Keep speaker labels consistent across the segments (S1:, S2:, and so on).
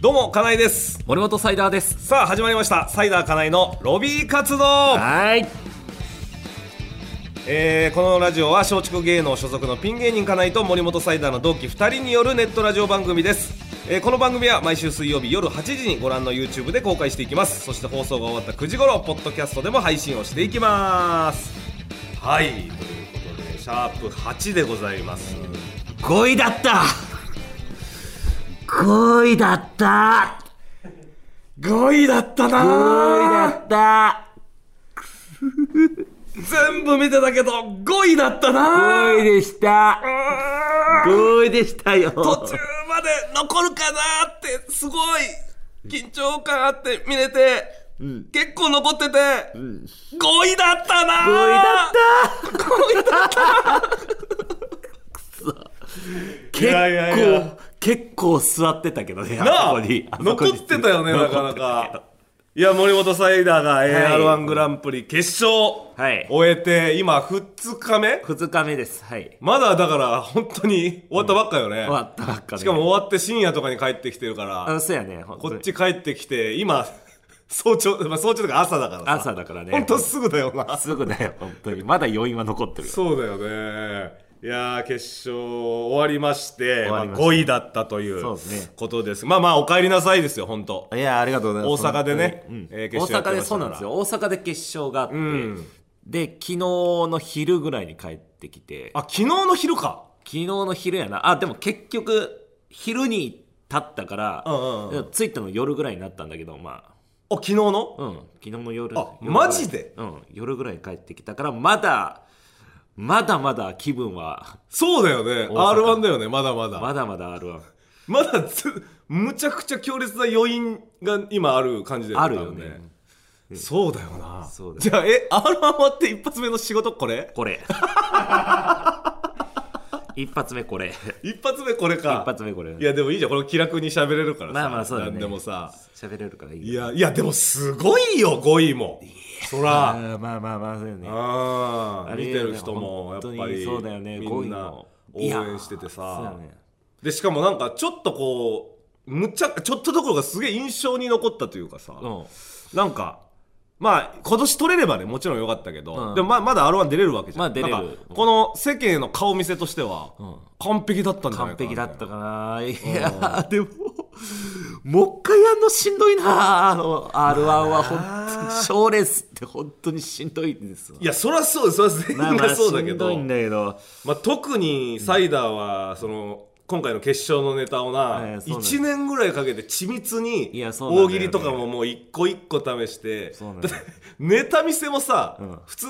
S1: どうも、かなえです。
S2: 森本サイダーです
S1: さあ、始まりました。サイダーかなえのロビー活動。
S2: はい
S1: えーこのラジオは松竹芸能所属のピン芸人かないと森本サイダーの同期2人によるネットラジオ番組です、えーこの番組は毎週水曜日夜8時にご覧の YouTube で公開していきますそして放送が終わった9時頃ポッドキャストでも配信をしていきますはいということでシャープ8でございます
S2: 5位だった5位だった
S1: 5位だったな
S2: 5位だった
S1: 全部見てたけど5位だったな
S2: 5位でした5位でしたよ
S1: 途中まで残るかなってすごい緊張感あって見れて、結構残ってて、5位だったな
S2: 5位だった
S1: い
S2: 5位
S1: やい
S2: だ
S1: や
S2: った
S1: いや
S2: 結構結構座ってたけどね
S1: なあ
S2: あそこにあそこ
S1: 残
S2: に
S1: ってたよねなか
S2: 残
S1: な
S2: ってたけ
S1: か
S2: ど
S1: いや森本サイダーが AR1、
S2: はい
S1: グランプリ決勝、
S2: はい
S1: 終えて今2日目
S2: 2日目ですはい
S1: まだだから本当に終わったばっかよね、
S2: 終わったばっかで
S1: しかも終わって深夜とかに帰ってきてるから、
S2: あそうやねこ
S1: こっち帰ってきて今 早朝、まあ、早朝とか朝だからさ
S2: 朝だからね
S1: ほんとすぐだよな
S2: すぐだよ本当にまだ余韻は残ってるよ
S1: そうだよね。いやー決勝終わりまして
S2: 終
S1: ま
S2: わり
S1: あ、
S2: ました
S1: 5位だったという
S2: そうですね
S1: ことですまあまあお帰りなさいですよ本当
S2: いやありがとうございます
S1: 大阪でね
S2: 本当
S1: え
S2: に
S1: ー
S2: うん
S1: 決勝やっ
S2: 大
S1: て
S2: 阪
S1: ま
S2: で
S1: したか
S2: そう
S1: ら
S2: なんですよ大阪で決勝があって、
S1: ん
S2: で昨日の昼ぐらいに帰ってきて
S1: あ昨日の昼か
S2: 昨日の昼やなあでも結局昼に立ったから、
S1: うんうんうん
S2: 着いたの夜ぐらいになったんだけどま
S1: あ昨日の
S2: あうん昨日の夜
S1: あ
S2: 夜ぐらい
S1: マジで
S2: うん夜ぐらいに帰ってきたからまだまだまだ気分は
S1: そうだよね
S2: 阪
S1: r 1だよねまだまだ
S2: まだまだあるわ
S1: まだつむちゃくちゃ強烈な余韻が今ある感じだよね
S2: あるよね
S1: 多分そうだよな
S2: そうだよ
S1: じゃあえ r 1終わって一発目の仕事これ
S2: これ一発目これ
S1: 一発目これ
S2: 一
S1: か
S2: 発目これ
S1: いやでもいいじゃんこれ気楽に喋れるからさ
S2: まあまあそうだね
S1: 何でもさ
S2: 喋れるからいい
S1: い
S2: よ
S1: や、いや、でもすごいよ、5位も。そ
S2: あ
S1: ら。
S2: ーまあまあまあそうよね
S1: あー見てる人も、や
S2: あ
S1: っ
S2: れね
S1: ぱり、
S2: 本当にそうだよね
S1: みんな応
S2: 5位の
S1: 援してて
S2: いや
S1: さ
S2: そうだ。ね
S1: で、しかもなんか、ちょっとこう、むちゃ、ちょっとどころかすげえ印象に残ったというかさ、
S2: うん
S1: なんか、まあ、今年取れればね、もちろん良かったけど、
S2: うん
S1: でもまあまだ R1 出れるわけじゃん。
S2: まあ出れる
S1: なんかこの世間の顔見せとしては、完璧だったんじゃない
S2: 完
S1: かな
S2: 璧だったかないやーでももう一回やんのしんどいなあの r 1は本当に賞レースって本当にしんどいんですわ
S1: いや、そらそうです。そら全員がそうだけ
S2: しんど
S1: ど
S2: い。んだけど
S1: まあ、特にサイダーはその今回の決勝のネタを
S2: え
S1: な
S2: えそうなんです
S1: 1年ぐらいかけて緻密に
S2: いやそうなんだよ
S1: 大
S2: ね
S1: 喜利とかももう一個一個試して
S2: そうなん
S1: だ
S2: だ
S1: っ
S2: よ
S1: て ネタ見せもさ
S2: ん
S1: 普通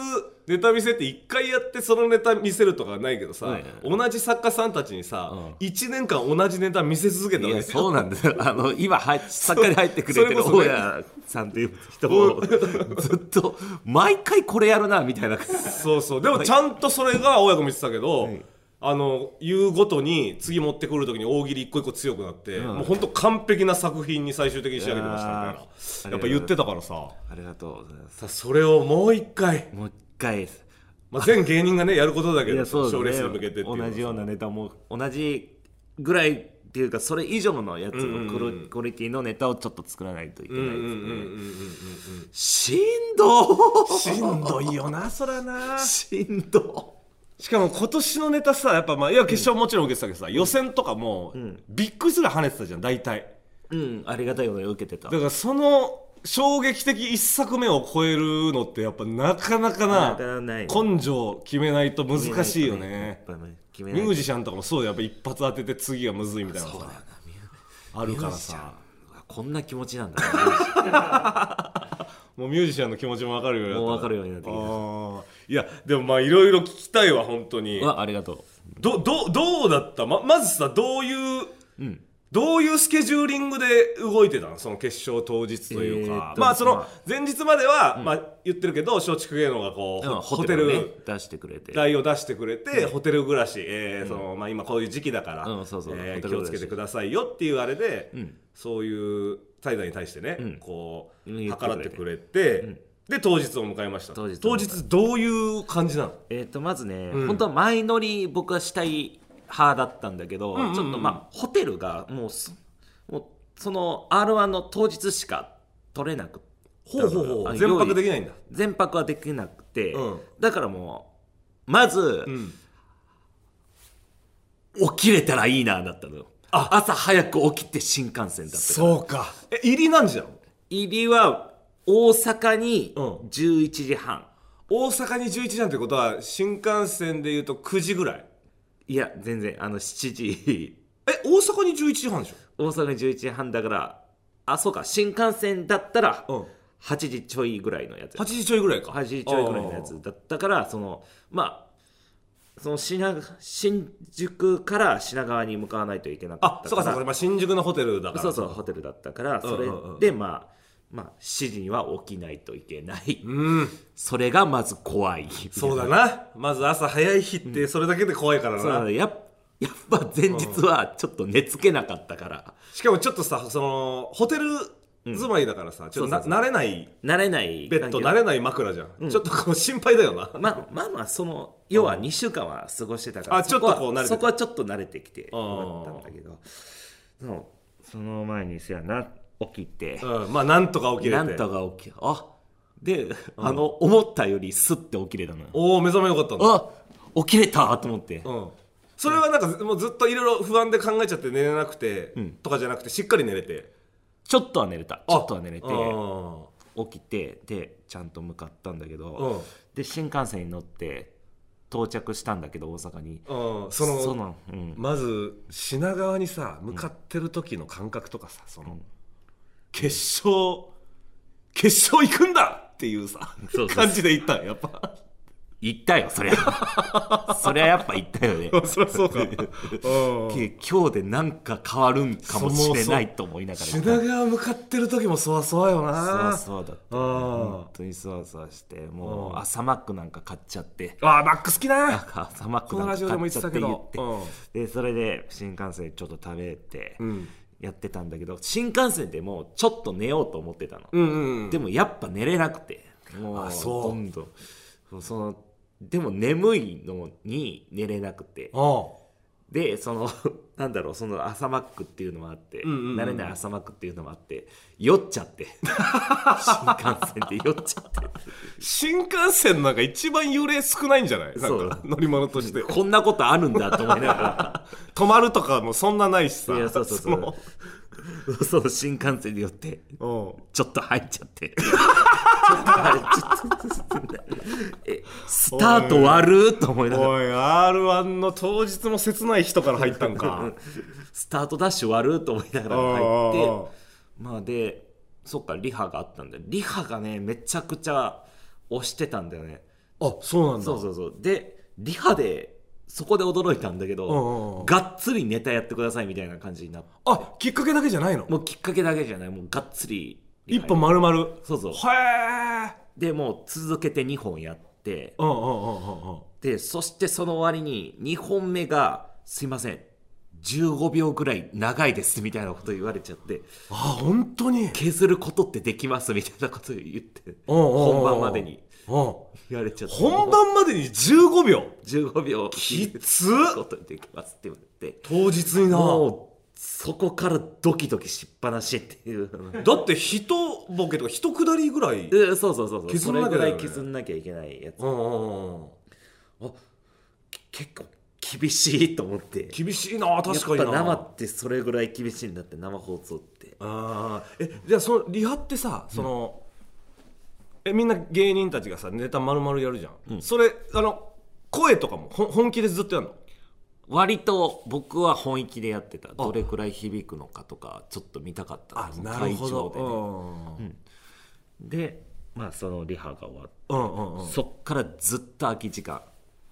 S1: ネタ見せって1回やってそのネタ見せるとかはないけどさ
S2: ええ
S1: 同じ作家さんたちにさ1年間同じネタ見せ続けた
S2: い
S1: わけ
S2: や
S1: です
S2: そ
S1: よ
S2: うなんだよあの今は作家に入ってくれてる
S1: それこそね
S2: 大家さんという人もずっと毎回これやるなみたいな感じ
S1: そうそうでもちゃんとそれが大家君見てたけど、
S2: い
S1: あの言うごとに次持ってくる時に大喜利一個一個強くなって、もう本当完璧な作品に最終的に仕上げてましたみ
S2: いや
S1: たい
S2: ー
S1: なやっぱ言ってたからさ
S2: ありがとうございます
S1: さそれをもう一回、
S2: もう一回です
S1: まあ、全芸人がねやることだけ
S2: い
S1: ど
S2: やそうだ
S1: 賞、レ
S2: ね
S1: ースに向けてっていうのは
S2: 同じようなネタも同じぐらいっていうかそれ以上のやつのクロクオリティのネタをちょっと作らないといけないですよねしんど
S1: しんどいよなそらな
S2: しんど
S1: しかも今年のネタさやっぱまあいや決勝もちろん受けてたけどさ、予選とかも、びっくりするぐらい跳ねてたじゃん大体
S2: うんありがたいことに受けてた
S1: だからその衝撃的一作目を超えるのってやっぱなかなかな
S2: なかなかない
S1: 根性決めないと難しいよね
S2: やっぱね決め
S1: ミ
S2: ない
S1: ュ
S2: と
S1: ージシャンとかもそうだよやっぱ一発当てて次がむずいみたいなの
S2: そうだ
S1: さ
S2: よなミュ
S1: あるから
S2: ミュージシャ
S1: さ
S2: ンこんな気持ちなんだね
S1: もうミュージシャンの気持ちも分かるようになった
S2: もう分かるようになってきた
S1: あーいやでもまあいろいろ聞きたいわ本当に
S2: うわありがと
S1: どどどうだったままずさどういう、どういうスケジューリングで動いてたのその決勝当日という
S2: え
S1: か
S2: ー、っと
S1: まあその
S2: まあ
S1: 前日までは、まあ、言ってるけど松竹芸能がこ
S2: う
S1: う、
S2: うん
S1: ホ
S2: ホ
S1: テ
S2: テルをね
S1: ル
S2: 出してくれて
S1: 代を出してくれて、ホテル暮らし、えーそのまあ、今こういう時期だから、
S2: うんそうそう
S1: えー
S2: ホテル
S1: 気
S2: 暮
S1: を
S2: らし
S1: つけてくださいよっていうあれで、
S2: ん
S1: そういう態度に対してね、
S2: ん
S1: こう
S2: うん言って
S1: 計
S2: くれて
S1: らってくれて、で当日を迎えました
S2: 当日を迎え
S1: どういう感じなの
S2: えー、とまずね、
S1: ん
S2: 本当は前乗り僕はしたい派だったんだけど、
S1: んうんうん
S2: ちょっとまあホテルがもうすもうその r 1の当日しか取れなく
S1: ほうほうほ
S2: あ
S1: う
S2: の
S1: 全泊
S2: 料
S1: で
S2: 理
S1: きないんだ
S2: 全泊はできなくて、
S1: うん
S2: だからもうまず、
S1: ん
S2: 起きれたらいいなだったのよ朝早く起きて新幹線だったから
S1: うかえ入りなんじゃん
S2: 入りは大阪に
S1: うん
S2: 11時半、
S1: 大阪に11時なんてことは新幹線でいうと9時ぐらい
S2: いや全然あの7時
S1: え大阪に11時半でし
S2: 大阪に11時半だからあそうか新幹線だったら
S1: ょ、
S2: 8時ちょいぐらいのやつ
S1: 8時ちょいぐらいか
S2: 8時ちょいぐらいのやつだったからそのまあその品新宿から品川に向かわないといけなか
S1: あ
S2: った
S1: そうかそうか、まあ、新宿のホテルだから
S2: そうそうホテルだったから
S1: うん
S2: それ
S1: うんうん
S2: でまあまあ7時には起きないといけない
S1: うん
S2: それがまず怖い
S1: そうだなまず朝早い日ってそれだけで怖いから
S2: そう
S1: な、
S2: なのやっやっぱ前日はちょっと寝つけなかったから
S1: しかもちょっとさそのホテル住まいだからさ、ちょっとな
S2: そうそうそ
S1: 慣れない
S2: 慣れない
S1: ベッド
S2: 環境
S1: 慣れない枕じゃん、ちょっとこう心配だよな
S2: まあまあまあその要は2週間は過ごしてたから、
S1: あ
S2: そは
S1: ちょっとこう慣れてた
S2: そこはちょっと慣れてきて
S1: あー
S2: 思ったんだけどそのその前にせやな起きて、
S1: うん、まあなんとか起きれて
S2: なんとか起きあで、あの思ったよりスッて起きれたのよ
S1: おお目覚めよかったんだ、
S2: あ起きれたと思って、
S1: うん、それはなんかずもうずっといろいろ不安で考えちゃって寝れなくて、とかじゃなくてしっかり寝れて
S2: ちょっとは寝れたちょっとは寝れて
S1: うん
S2: 起きてでちゃんと向かったんだけど、
S1: うん
S2: で新幹線に乗って到着したんだけど大阪に
S1: うんその
S2: うん、
S1: まず品川にさ向かってる時の感覚とかさその、決勝決勝行くんだっていうさ
S2: そうそう
S1: 感じで 行ったんやっぱ
S2: 行ったよそりゃそりゃやっぱ行ったよね
S1: そりゃ そうか、うん
S2: け今日でなんか変わるんかもしれないと思いながら
S1: 品川向かってる時もそわそわよな
S2: そうそうだった
S1: あ
S2: 本当にそわそわして
S1: う
S2: も
S1: ん
S2: う朝マックなんか買っちゃって
S1: あーマック好き
S2: なん
S1: な
S2: か朝マック
S1: この
S2: なん
S1: ラ
S2: か
S1: ジオでも
S2: 買
S1: 言
S2: っ
S1: って
S2: ちゃ
S1: た
S2: って
S1: け
S2: 言
S1: ど
S2: ってでそれで新幹線ちょっと食べて
S1: うん
S2: やってたんだけど新幹線でもうちょっと寝ようと思ってたの
S1: うんうんうん
S2: でもやっぱ寝れなくても
S1: あ
S2: う
S1: そう
S2: どんどんもうそのでも眠いのに寝れなくて
S1: う
S2: でその なんだろうその朝マックっていうのもあって、
S1: んうんうん
S2: 慣れない朝マックっていうのもあって酔っちゃって 新幹線で酔っちゃって
S1: ん新幹線なんか一番幽霊少ないんじゃないな
S2: そ
S1: んか
S2: う
S1: 乗り物として
S2: こんなことあるんだと思いなが
S1: 泊まるとかもそんなないしさ
S2: らいやそうそうそう そうそう新幹線で酔って
S1: そ
S2: ちょっと入っちゃって。 ちょっとあれちょっと えスタート悪っと思いな
S1: の
S2: がら
S1: おい r 1の当日も切ない人から入ったん
S2: う
S1: か
S2: んスタートダッシュ悪っと思いながら
S1: うんうんう
S2: 入
S1: ん
S2: ってまあでそっかリハがあったんだよリハがねめちゃくちゃ押してたんだよね
S1: あそうなんだ
S2: そうそうそうでリハでそこで驚いたんだけ
S1: うんうんう
S2: ど
S1: ん
S2: がっつりネタやってくださいみたいな感じになって
S1: あきっかけだけじゃないの
S2: もうきっかけだけじゃないもうがっつりリ
S1: 一
S2: ハ
S1: 本丸々へ
S2: そうそう
S1: え
S2: でもう続けて2本やって
S1: うんうんうんうんうん
S2: でそしてその割に2本目が「すいません15秒ぐらい長いです」みたいなこと言われちゃって
S1: あ本当に
S2: 削ることってできますみたいなこと言って
S1: おうおうおう
S2: 本番までに
S1: うん
S2: 言われちゃって
S1: 本番までに15秒
S2: 15秒
S1: きつ
S2: 削ることできますって言われて
S1: 当日にな
S2: もうそこからドキドキしっぱなしって いう
S1: だって一ボケとか一くだりぐらい
S2: えそうそうそうそう、
S1: 削
S2: そ
S1: ら
S2: れ
S1: なきゃ
S2: ぐ
S1: だ
S2: ら
S1: よ
S2: い
S1: ね
S2: 削んなきゃいけないやつ
S1: うんうんうん
S2: 結構厳しいと思って
S1: 厳しいな確かにな
S2: やっぱ生ってそれぐらい厳しいんだって生放送って
S1: あーえじゃあそのリハってさその、えみんな芸人たちがさネタ丸々やるじゃん、それあの声とかもほん本気でずっとやるの
S2: 割と僕は本気でやってたどれくらい響くのかとかちょっと見たかったその会場でね、でまあそのリハが終わって、
S1: うんうんうんうん
S2: そっからずっと空き時間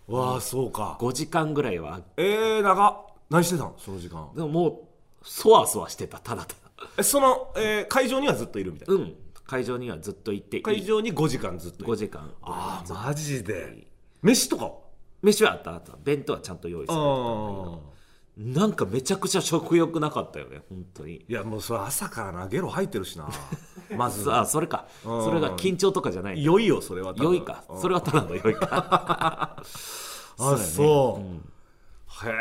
S1: わあそうか
S2: 5時間ぐらいは
S1: えー、長っ何してたのその時間
S2: でももうそわそわしてたただただ
S1: えその、えー会場にはずっといるみたいな、
S2: うん会場にはずっと行って
S1: 会場に5時間ずっとい
S2: 5
S1: る
S2: 時間
S1: ああマジで飯とかは
S2: 飯はあったあった弁当はちゃんと用意する
S1: あ
S2: なんかめちゃくちゃ食欲なかったよね本当に
S1: いやもうそれ朝からなゲロ吐いてる しなまず
S2: さあそれかそれが緊張とかじゃない
S1: 酔いよそれは多分
S2: 良いかそれはただの良いか
S1: あそう,、へ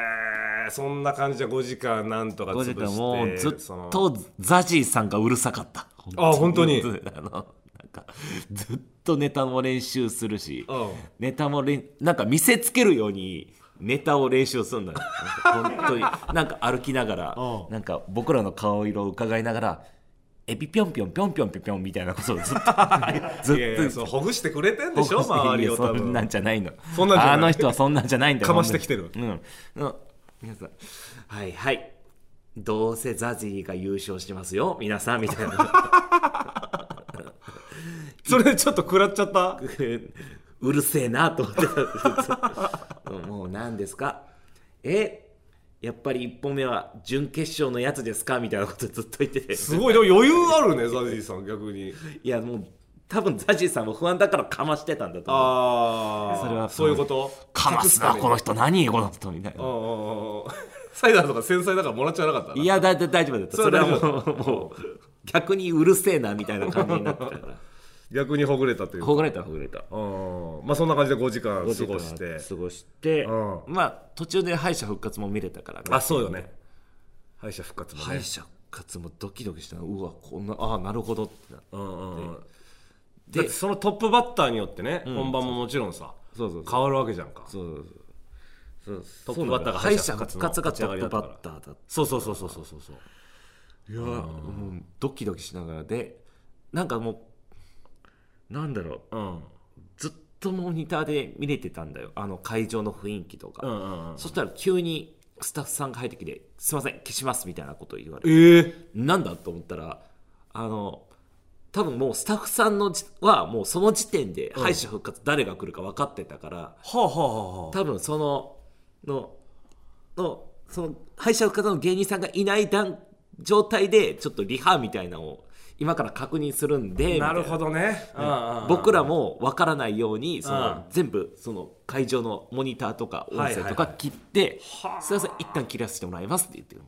S1: えそんな感じじゃ5時間なんとか潰
S2: 5
S1: して
S2: 時間もうず
S1: その
S2: っとザジーさんがうるさかった
S1: あ本当に
S2: ずっとあのなんかずっとネタも練習するし
S1: うん
S2: ネタもれんなんか見せつけるようにネタを練習するんだよなんか本当になんか歩きながら
S1: うん
S2: なんか僕らの顔色を伺いながらエビぴょんぴょんぴょんぴょんぴょんぴょんみたいなことをずっとず
S1: いやいや
S2: っ
S1: そ
S2: と
S1: うほぐしてくれてんでしょ周りを多
S2: そん
S1: 分
S2: なんじゃないの
S1: そんなんじゃない
S2: あの人はそんなんじゃないんだよ
S1: かましてきてる
S2: うん、うん、皆さんはいはいどうせザジーが優勝してますよ皆さんみたいな
S1: それちょっと食らっちゃった
S2: うるせえなと思ってたもう何ですかえやっぱり1本目は準決勝のやつですかみたいなことずっと言ってて
S1: すごいでも余裕あるねザジーさん逆に
S2: いやもう多分ザジーさんも不安だからかましてたんだと思う
S1: ああ
S2: それは
S1: そういうこと
S2: かますなこの人何この人みたいな
S1: うんうんうんうんサイダーとか繊細だからもらっちゃなかったない
S2: やだだ大丈夫だった
S1: そ
S2: そ
S1: れ
S2: れ
S1: は
S2: はもうもう逆にうるせえなみたいな感じになってたから
S1: 逆にほぐれたというか
S2: ほぐれたほぐれた
S1: うんまあそんな感じで5時間過ごして
S2: 過ごして、
S1: うん
S2: まあ途中で敗者復活も見れたからね
S1: あそうよね敗者復活もね
S2: 敗者復活もドキドキしたのうわこんなああなるほどってな
S1: うんうんうん
S2: で
S1: だってそのトップバッターによってね本番ももちろんさ
S2: そうそう
S1: 変わるわけじゃんか
S2: そうそうそう
S1: トップバッターが
S2: 敗者復活
S1: 敗
S2: が
S1: 者復活の
S2: トップバッターだっ
S1: そうそうそうそうそうそうそう
S2: たいやもうドキドキしながらでなんかもうなんだろう
S1: うん
S2: ずっとモニターで見れてたんだよあの会場の雰囲気とか、
S1: うんうんうん
S2: そしたら急にスタッフさんが入ってきて「すいません消します」みたいなこと言われて
S1: ええ
S2: なんだと思ったらあの多分もうスタッフさんのじはもうその時点で敗者復活誰が来るか分かってたから、
S1: はあはあはあはあ
S2: 多分そのののその敗者復活の芸人さんがいない段状態でちょっとリハみたいなのを今から確認するんでみた い
S1: なるほどね、
S2: 僕ら
S1: も
S2: も分からないようにそ
S1: うん
S2: の全部その会場のモニターとか音声
S1: はい
S2: と
S1: はい
S2: か
S1: はい
S2: 切って
S1: はあ
S2: 「すいません一旦切らせてもらいます」って言っても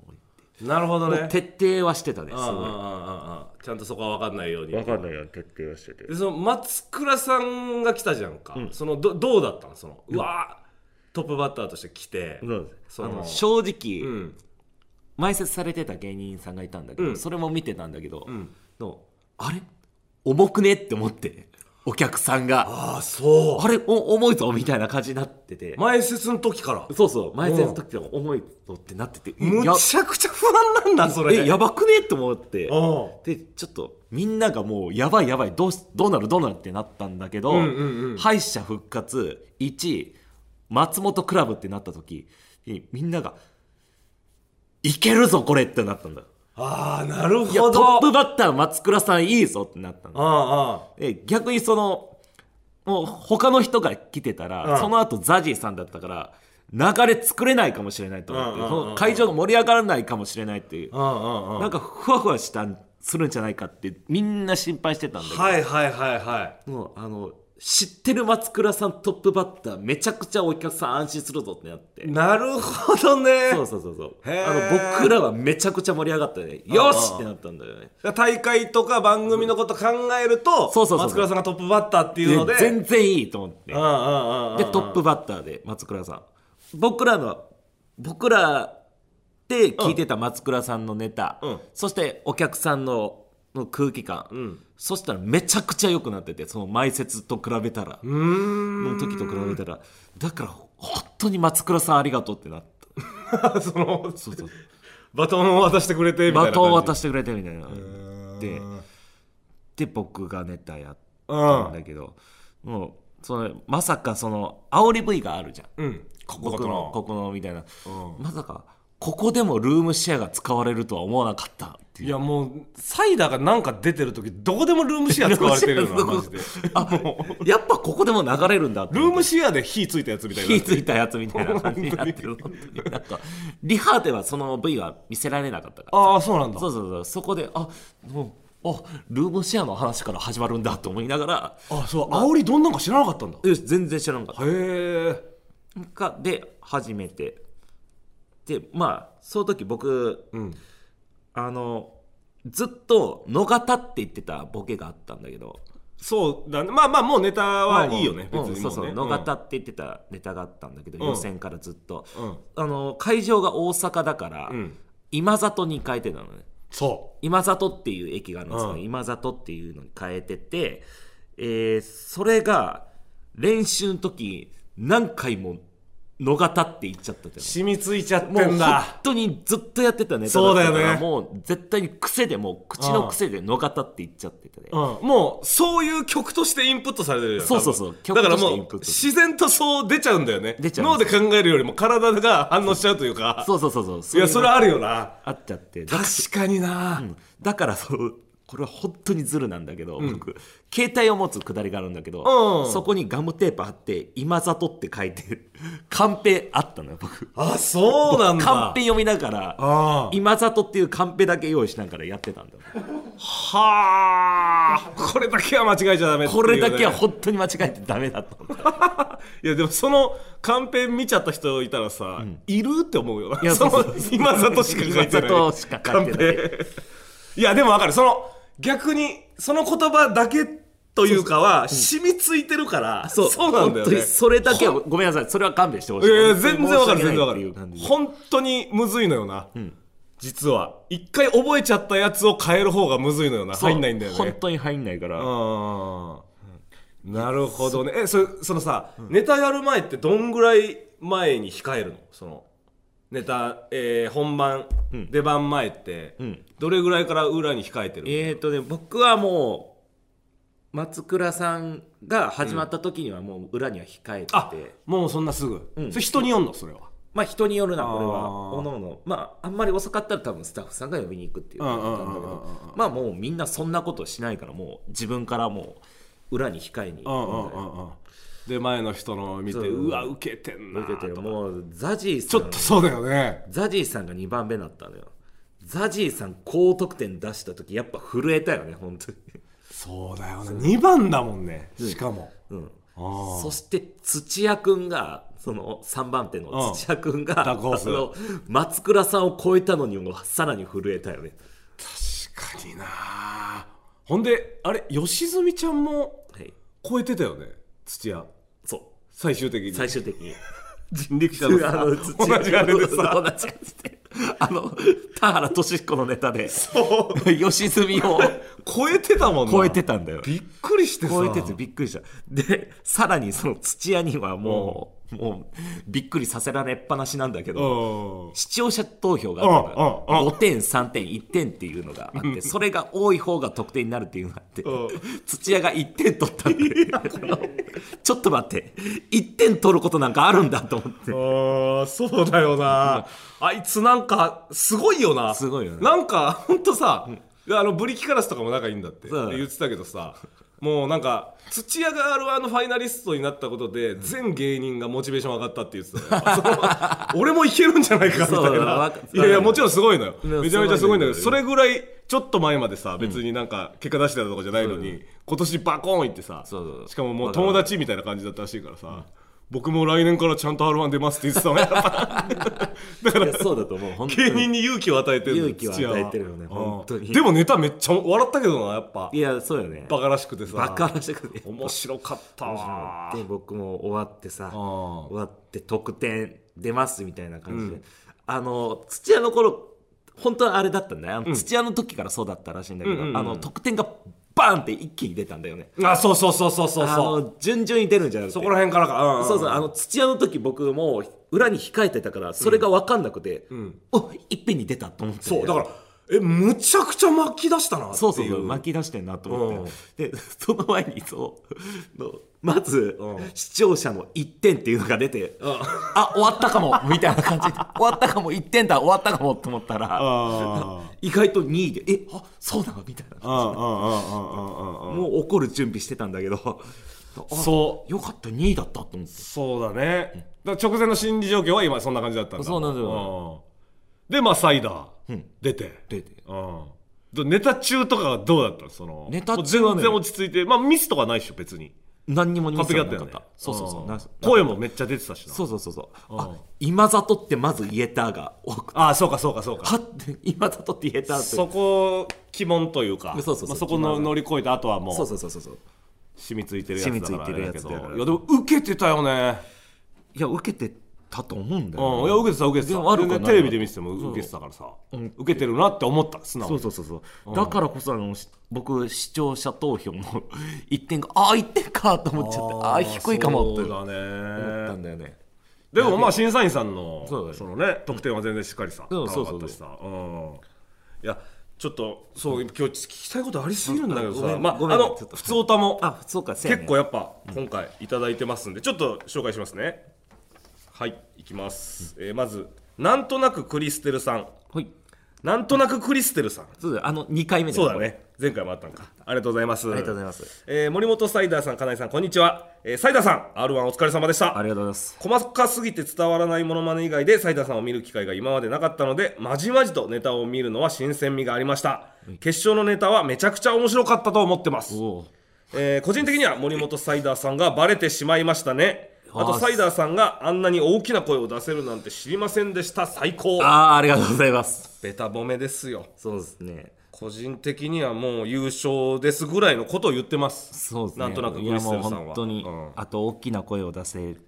S1: なるほど
S2: う
S1: ね
S2: 徹底はしてたねす
S1: うんうんうんうん
S2: ごい
S1: うんちゃんとそこは分かんないように
S2: かんないよ徹底はしてて
S1: でその松倉さんが来たじゃんか、そのどどうだったのそのうわートップバッターとして来て、そ
S2: あ
S1: の
S2: の正直、
S1: うん
S2: 埋設されてた芸人さんがいたんだけど、
S1: うん
S2: それも見てたんだけど、
S1: ん
S2: のあれ重くねって思ってお客さんが
S1: ああそ
S2: あれお重いぞみたいな感じになってて、
S1: う前説の時から
S2: そうそう埋設の時は重いぞってなってて、
S1: む
S2: や
S1: ちゃくちゃ不安なんだそれ
S2: えやばくねって思って
S1: うん
S2: でちょっとみんながもうやばいやばいどうしどうなるどうなるってなったんだけど、
S1: うんうんうん
S2: 敗者復活1位松本クラブってなった時にみんなが「いけるぞこれ!」ってなったんだ
S1: ああなる
S2: いや
S1: ほ
S2: ト
S1: ど
S2: ップバッター松倉さんいいぞってなったんだ
S1: あ
S2: で逆にそのもう他の人が来てたら、
S1: うん
S2: その後ザジーさんだったから流れ作れないかもしれないと思って、
S1: うんうんうんうん
S2: その会場が盛り上がらないかもしれないっていう
S1: あああああ
S2: なんかふわふわしたんするんじゃないかってみんな心配してたんだけど、
S1: はいはいはいはい
S2: もうあの知ってる松倉さんトップバッターめちゃくちゃお客さん安心するぞってなって、
S1: なるほどね
S2: そうそうそうそう
S1: へー
S2: あの僕らはめちゃくちゃ盛り上がったよねよしってなったんだよね
S1: だから大会とか番組のこと考えると、
S2: そうそうそうそう
S1: 松倉さんがトップバッターっていうので
S2: で全然いいと思って
S1: うんうんうんうん
S2: でトップバッターで松倉さん僕らの僕らで聞いてた松倉さんのネタ、
S1: うん
S2: そしてお客さんのの空気感、
S1: ん
S2: そしたらめちゃくちゃ良くなっててその前説と比べたら
S1: うーん
S2: の時と比べたらだから本当に松倉さんありがとうってなった
S1: その
S2: そ うそう
S1: バトンを渡してくれてみたいな
S2: バトンを渡
S1: し
S2: してくれてみたいな
S1: て
S2: てで僕がネタやっ
S1: う
S2: たん
S1: ん
S2: だけど、もうそのまさかその煽り V があるじゃん
S1: うん
S2: ここのここのみたいな、
S1: う
S2: まさかここでもルームシェアが使われるとは思わなかったっていう
S1: いやもうサイダーがなんか出てる時どこでもルームシェア使われてる よなマジで
S2: あやっぱここでも流れるんだって
S1: ルームシェアで火ついた やつみたいな
S2: 火ついたやつみたいな感じになって る本当になんかリハではその V は見せられなかったから
S1: ああそうなんだ
S2: そうそうそうそこであもうあルームシェアの話から始まるんだと思いながら
S1: あそう煽りどんなんか知らなかったんだ
S2: え全然知らんかっ
S1: へえ
S2: たかで初めてでまあその時僕
S1: うん
S2: あのずっと「野方」って言ってたボケがあったんだけど
S1: そうだねまあまあもうネタはいいよね、
S2: う
S1: 別
S2: ん
S1: にもうね、
S2: そうそう「野
S1: うん
S2: 方」って言ってたネタがあったんだけど、
S1: うん
S2: 予選からずっと、
S1: うん
S2: あの会場が大阪だから、
S1: うん
S2: 今里に変えてたのね
S1: そ
S2: 今里っていう駅があるんですけど、
S1: うん
S2: 今里っていうのに変えてて、えーそれが練習の時何回も「野方」って言っちゃったって
S1: う染みついちゃっ
S2: もう
S1: てん
S2: 本
S1: だ
S2: 当にずっとやってたネタだ
S1: そ
S2: った
S1: う
S2: か
S1: だよ
S2: ら
S1: ね
S2: もう絶対に癖でもう口の癖で「野方」って言っちゃってて、ね
S1: うん、もうそういう曲としてインプットされてるよ
S2: そうそうそう
S1: 多分だから
S2: 曲として
S1: も
S2: インプ
S1: う
S2: ット
S1: 自然とそう出ちゃうんだよね
S2: 出ちゃう
S1: 脳で考えるよりも体が反応しちゃうというか
S2: そうそうそうそう
S1: いやそれ
S2: は
S1: あるよな
S2: あっちゃってだ
S1: 確かにな、
S2: だからそうこれは本当にズルなんだけど、僕携帯を持つくだりがあるんだけど、
S1: うん
S2: そこにガムテープ貼って「今里」って書いて カンペあったのよ僕
S1: あそうなんだ
S2: カンペ読みながら
S1: あ
S2: 「今里」っていうカンペだけ用意しながらやってた んだ
S1: あはあこれだけは間違えちゃダメっていう
S2: こ
S1: ね
S2: れだけは本当に間違えてダメだと思った
S1: いやでもそのカンペ見ちゃった人いたらさ、いるって思うよな。
S2: いや
S1: その
S2: そうそう
S1: 今里しか書いてない。
S2: 今里しか書いてない
S1: カンペ。いやでもわかる。その逆にその言葉だけというかは染みついてるから。そうなんだよ
S2: 本当
S1: ね
S2: に。それだけはごめんなさいそれは勘弁してほし
S1: い
S2: い
S1: やいや全然わかる全然わ
S2: わ
S1: かる。本当にむずいのよな。実は一回覚えちゃったやつを変える方がむずいのよな。入んないんだよね。
S2: 本当に入んないから、
S1: うんなるほどねえそそのさ、ネタやる前ってどんぐらい前に控えるのそのネタ、えー本番、
S2: ん
S1: 出番前って、
S2: ん
S1: どれぐらいから裏に控えてる
S2: えーとね、僕はもう松倉さんが始まった時にはもう裏には控えて
S1: あ
S2: て、
S1: もうそんなすぐ、
S2: うん
S1: それ人によんのそれは
S2: まあ人によるな
S1: あー
S2: これはおのおのまああんまり遅かったら多分スタッフさんが呼びに行くっていう
S1: うん
S2: 感
S1: うん
S2: じ
S1: うん
S2: だ
S1: うんうん
S2: ったけどまあもうみんなそんなことしないからもう自分からもう裏に控えに
S1: うんうん
S2: 行
S1: う
S2: くみ
S1: んうんで前の人の見て
S2: そう
S1: うわ受けてんな
S2: たいな受けてる
S1: と
S2: もうザジー
S1: ち
S2: さ
S1: ょっ
S2: ん
S1: とそうだよね
S2: ザジーさんが2番目だったのよザジーさん高得点出した時やっぱ震えたよね本当に
S1: そうだよね2番だもんねしかも、
S2: うん
S1: ああ
S2: そして土屋くんがその3番手
S1: うん
S2: の土屋くんが、
S1: ダークホー
S2: あ
S1: ス
S2: の松倉さんを超えたのにもさらに震えたよね
S1: 確かになほんであれ吉住ちゃんも
S2: はい
S1: 超えてたよね土屋
S2: そ
S1: 最終的に
S2: う最終的に
S1: 人力車のさ同じあれでさ
S2: 同じやつであの田原俊彦のネタで
S1: そう
S2: 吉住を
S1: 超えてたもんな
S2: 超えてたんだよ
S1: びっくりしてさ
S2: 超えててびっくりしたでさらにその土屋にはもう、もうびっくりさせられっぱなしなんだけ
S1: うん
S2: ど、視聴者投票があったの
S1: うんうんうん
S2: 5点3点1点っていうのがあってそれが多い方が得点になるっていうのがあって
S1: うん
S2: 土屋が1点取ったんでちょっと待って1点取ることなんかあるんだと思って
S1: ああそうだよな あいつなんかすごいよな
S2: すごいよね
S1: なんかほんとさあのブリキカラスとかも仲いいんだって
S2: そう
S1: 言ってたけどさもうなんか土屋が r 1のファイナリストになったことで全芸人がモチベーション上がったって言ってたよ その俺もいけるんじゃないかみたい
S2: そうだ
S1: な
S2: なわか
S1: いやいやもちろんすごいのよ
S2: うん
S1: めちゃめちゃすごいんだけど
S2: す
S1: そ
S2: ご
S1: れぐらいちょっと前までさ別になんか結果出してたとかじゃないのに今年バコーンいってさ
S2: そうそう
S1: しかももう友達みたいな感じだったらしいからさ、僕も来年からちゃんと r 1出ますって言ってたもんだか
S2: い
S1: ら
S2: やそうだと思う本当
S1: 芸
S2: に
S1: 人に勇気を与えてる
S2: 勇気を与えてるよね
S1: 土屋は
S2: 本当に
S1: うんでもネタめっちゃ笑ったけどなやっぱ
S2: いやそうよね
S1: バカらしくてさ
S2: バカらしくて
S1: 面白かったわ
S2: で僕も終わってさ
S1: ん
S2: 終わって得点出ますみたいな感じで、あの土屋の頃本当はあれだったんだよ、土屋の時からそうだったらしいんだけど、
S1: うんうんうん
S2: あの得点がバーンって一気に出たんだよね
S1: あそうそうそうそうそう
S2: あ
S1: そう
S2: の順々に出るんじゃなくて
S1: そこら辺からか、うんん
S2: そうそうあの土屋の時僕もう裏に控えてたからそれが分かんなくて、おいっぺんに出たと思って
S1: そうだからえむちゃくちゃ巻き出したなっていう
S2: そうそうそう巻き出してんなと思って、で その前にそうのまず、
S1: うん
S2: 視聴者の1点っていうのが出て、あ終わったか もみたいな感じで終わったかも1点だ終わったかもと思ったら
S1: あー
S2: 意外と2位でえあそうなのみたいな
S1: ああああああああ
S2: もう怒る準備してたんだけどあ
S1: そう
S2: よかった2位だったと思って
S1: そうだね、だから直前の心理状況は今そんな感じだったんだ
S2: そうなんだ
S1: よ、うんでまあサイダー、出て
S2: 出て
S1: うんどネタ中とかはどうだったのその
S2: ネタ中は
S1: もう
S2: ね
S1: 全然落ち着いてまあミスとかないでしょ別に
S2: 何にもミ
S1: 完
S2: ス
S1: 璧
S2: が
S1: だっ
S2: な
S1: たよ
S2: かっ
S1: ね
S2: たそうそうそう、
S1: ん
S2: な
S1: 声もめっちゃ出てたしな
S2: そうそうそうそう
S1: うん
S2: あ今里ってまず言えたが多くて
S1: ああそうかそうかそうか
S2: はって今里って言えたって
S1: そこを鬼門というか
S2: そうそうそう
S1: まあ、そこの乗り越えてあとはもう
S2: そうそうそうそうそう
S1: 染みついてるやつだからあれだけど
S2: 染みついてるやつだから
S1: いやでも受けてたよね
S2: いや受けてたと思うんだよ、
S1: うんいや受けてた受けて
S2: で
S1: た
S2: も悪くは
S1: 全然
S2: ない
S1: テレビで見てても受けてたからさ、
S2: うん
S1: 受けてるなって思った素直
S2: そう
S1: に
S2: そうそうそう、だからこそあのし僕視聴者投票の1点がああ1点かと思っちゃってああ
S1: ー
S2: 低いかもっ
S1: そ
S2: て
S1: う
S2: 思っ
S1: だね
S2: たんだよね
S1: でもまあ審査員さんの
S2: そうだ
S1: そ
S2: よ
S1: のね得点は全然しっかりさ
S2: うんそうそ
S1: 高
S2: う
S1: かったしさうんいやちょっとそう今日聞きたいことありすぎるんだけど
S2: ごめ
S1: さ
S2: ん
S1: まああ
S2: ごめん
S1: の
S2: ちょっと
S1: 普通おたも
S2: あそうかせやね
S1: 結構やっぱ今回いただいてますんでちょっと紹介しますねはいいきますえーまずなんとなくクリステルさん
S2: はい
S1: なんとなくクリステルさん
S2: そうだよあの2回目
S1: そうだね前回もあったんかありがとうございます
S2: ありがとうございます
S1: えー森本サイダーさん金井さんこんにちはえーサイダーさん R1 お疲れ様でした
S2: ありがとうございます
S1: 細かすぎて伝わらないものまね以外で斉田さんを見る機会が今までなかったのでまじまじとネタを見るのは新鮮味がありました決勝のネタはめちゃくちゃ面白かったと思ってます、
S2: おう
S1: えー個人的には森本サイダーさんがバレてしまいましたねあとサイダーさんがあんなに大きな声を出せるなんて知りませんでした最高
S2: ああありがとうございます
S1: ベタ褒めですよ
S2: そうですね
S1: 個人的にはもう優勝ですぐらいのことを言ってます
S2: そうですね
S1: なんとなく
S2: い
S1: ク
S2: や
S1: リステ
S2: もう
S1: ルさんは
S2: 本当に、
S1: うん
S2: あと大きな声を出せる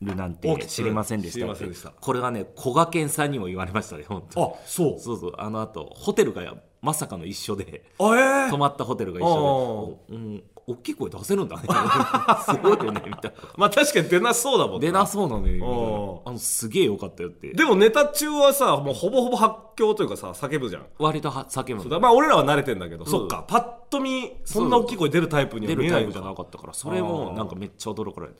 S2: なん
S1: 大
S2: て
S1: き
S2: 知りませんでした
S1: 知りませんでした
S2: これはねこがけんさんにも言われましたね本当に
S1: あそう
S2: そうそうあのあとホテルがまさかの一緒で
S1: あえー
S2: 泊まったホテルが一緒で、うん、大きい声出せるんだね すごいよねみたいな
S1: まあ確かに出なそうだもん
S2: 出なそうなのよみたいな
S1: お
S2: あのすげえよかったよって
S1: でもネタ中はさもうほぼほぼ発狂というかさ叫ぶじゃん
S2: 割とは叫ぶ
S1: そう
S2: の
S1: だまあ俺らは慣れてんだけど、
S2: ん
S1: そっかパッと見そんな大きい声出るタイプには
S2: 出
S1: 見
S2: る
S1: えな
S2: タ
S1: い
S2: イ
S1: の
S2: プ
S1: か
S2: じゃ
S1: な
S2: なかったからそれもなんかめっちゃ驚かれた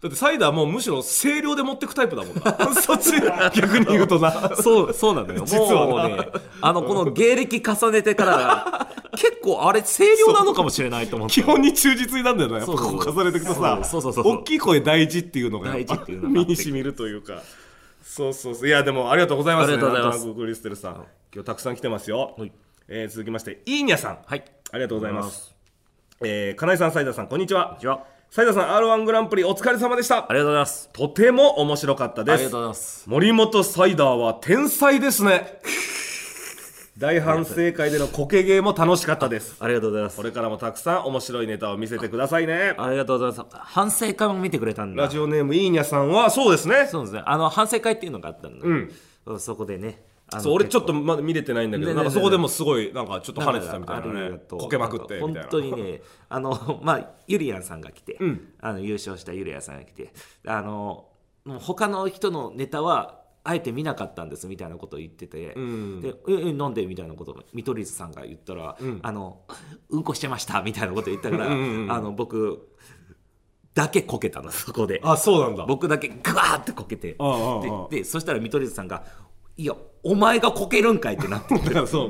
S1: だってサイダーもうむしろ声量で持ってくタイプだもん なそっち逆に言うとな
S2: そう、そうなのよ。
S1: 実はな
S2: もうね、あの、この芸歴重ねてから、結構あれ、声量なのかもしれないと 思って
S1: 基。本に忠実になんだよなやっぱ
S2: そうそうそう
S1: こう重ねていくとさ
S2: そうそうそうそう
S1: 大きい声大事っていうのがやっぱ
S2: 大事っていうのが
S1: 身にしみるというかそうそうそういやでもありがとうございます、ね、
S2: ありがとうございます
S1: なんなくクリステルさん今日たくさん来てますよ、
S2: はい
S1: えー続きましてイーニャさん
S2: はい。
S1: ありがとうございます。えー、金井さん、斉田さん、こんにちは。こんに
S2: ちは。
S1: 斉田さん、R1 グランプリお疲れ様でした
S2: あ。りがとうございます。
S1: とても面白かった
S2: あ
S1: で
S2: りが
S1: す
S2: とうご。ざいます。
S1: 森本サイダーは天才です ね。大反省会でのコケゲーも楽しかったです。
S2: ありがとうございます
S1: こ。れからもたくさん面白いネタを見せてくださいね。
S2: ありがとうございます。反省会も見てくれたん
S1: ラ
S2: だ。
S1: ジオネーム、イーニャさんは、そうですね。
S2: そうですね。あの、反省会っていうのがあったんだ。うん。そこでね。あの
S1: そう俺ちょっ
S2: 結
S1: とまだ見れてないんだけど、
S2: ね
S1: なんか
S2: ね
S1: そこでもすごい、なんかちょっと跳
S2: 構
S1: ねてたみたいな
S2: あり
S1: ね
S2: が。とう
S1: こけまくってみたいな。
S2: 本当にね、 あの、まあ、ゆりやんさんが来て、あの優勝したゆりやんさんが来て、あの、もう他の人のネタは、あえて見なかったんですみたいなことを言ってて、でええなんでみたいなことを見取り図さんが言ったら、あのうんこしてましたみたいなことを言ったからあの僕だけこけたのそこで
S1: あ、そうなんだ。
S2: 僕だけガーってこけて
S1: ああああ
S2: ででそしたら見取り図さんが「いやお前がこけるんかい」ってなって
S1: だからそ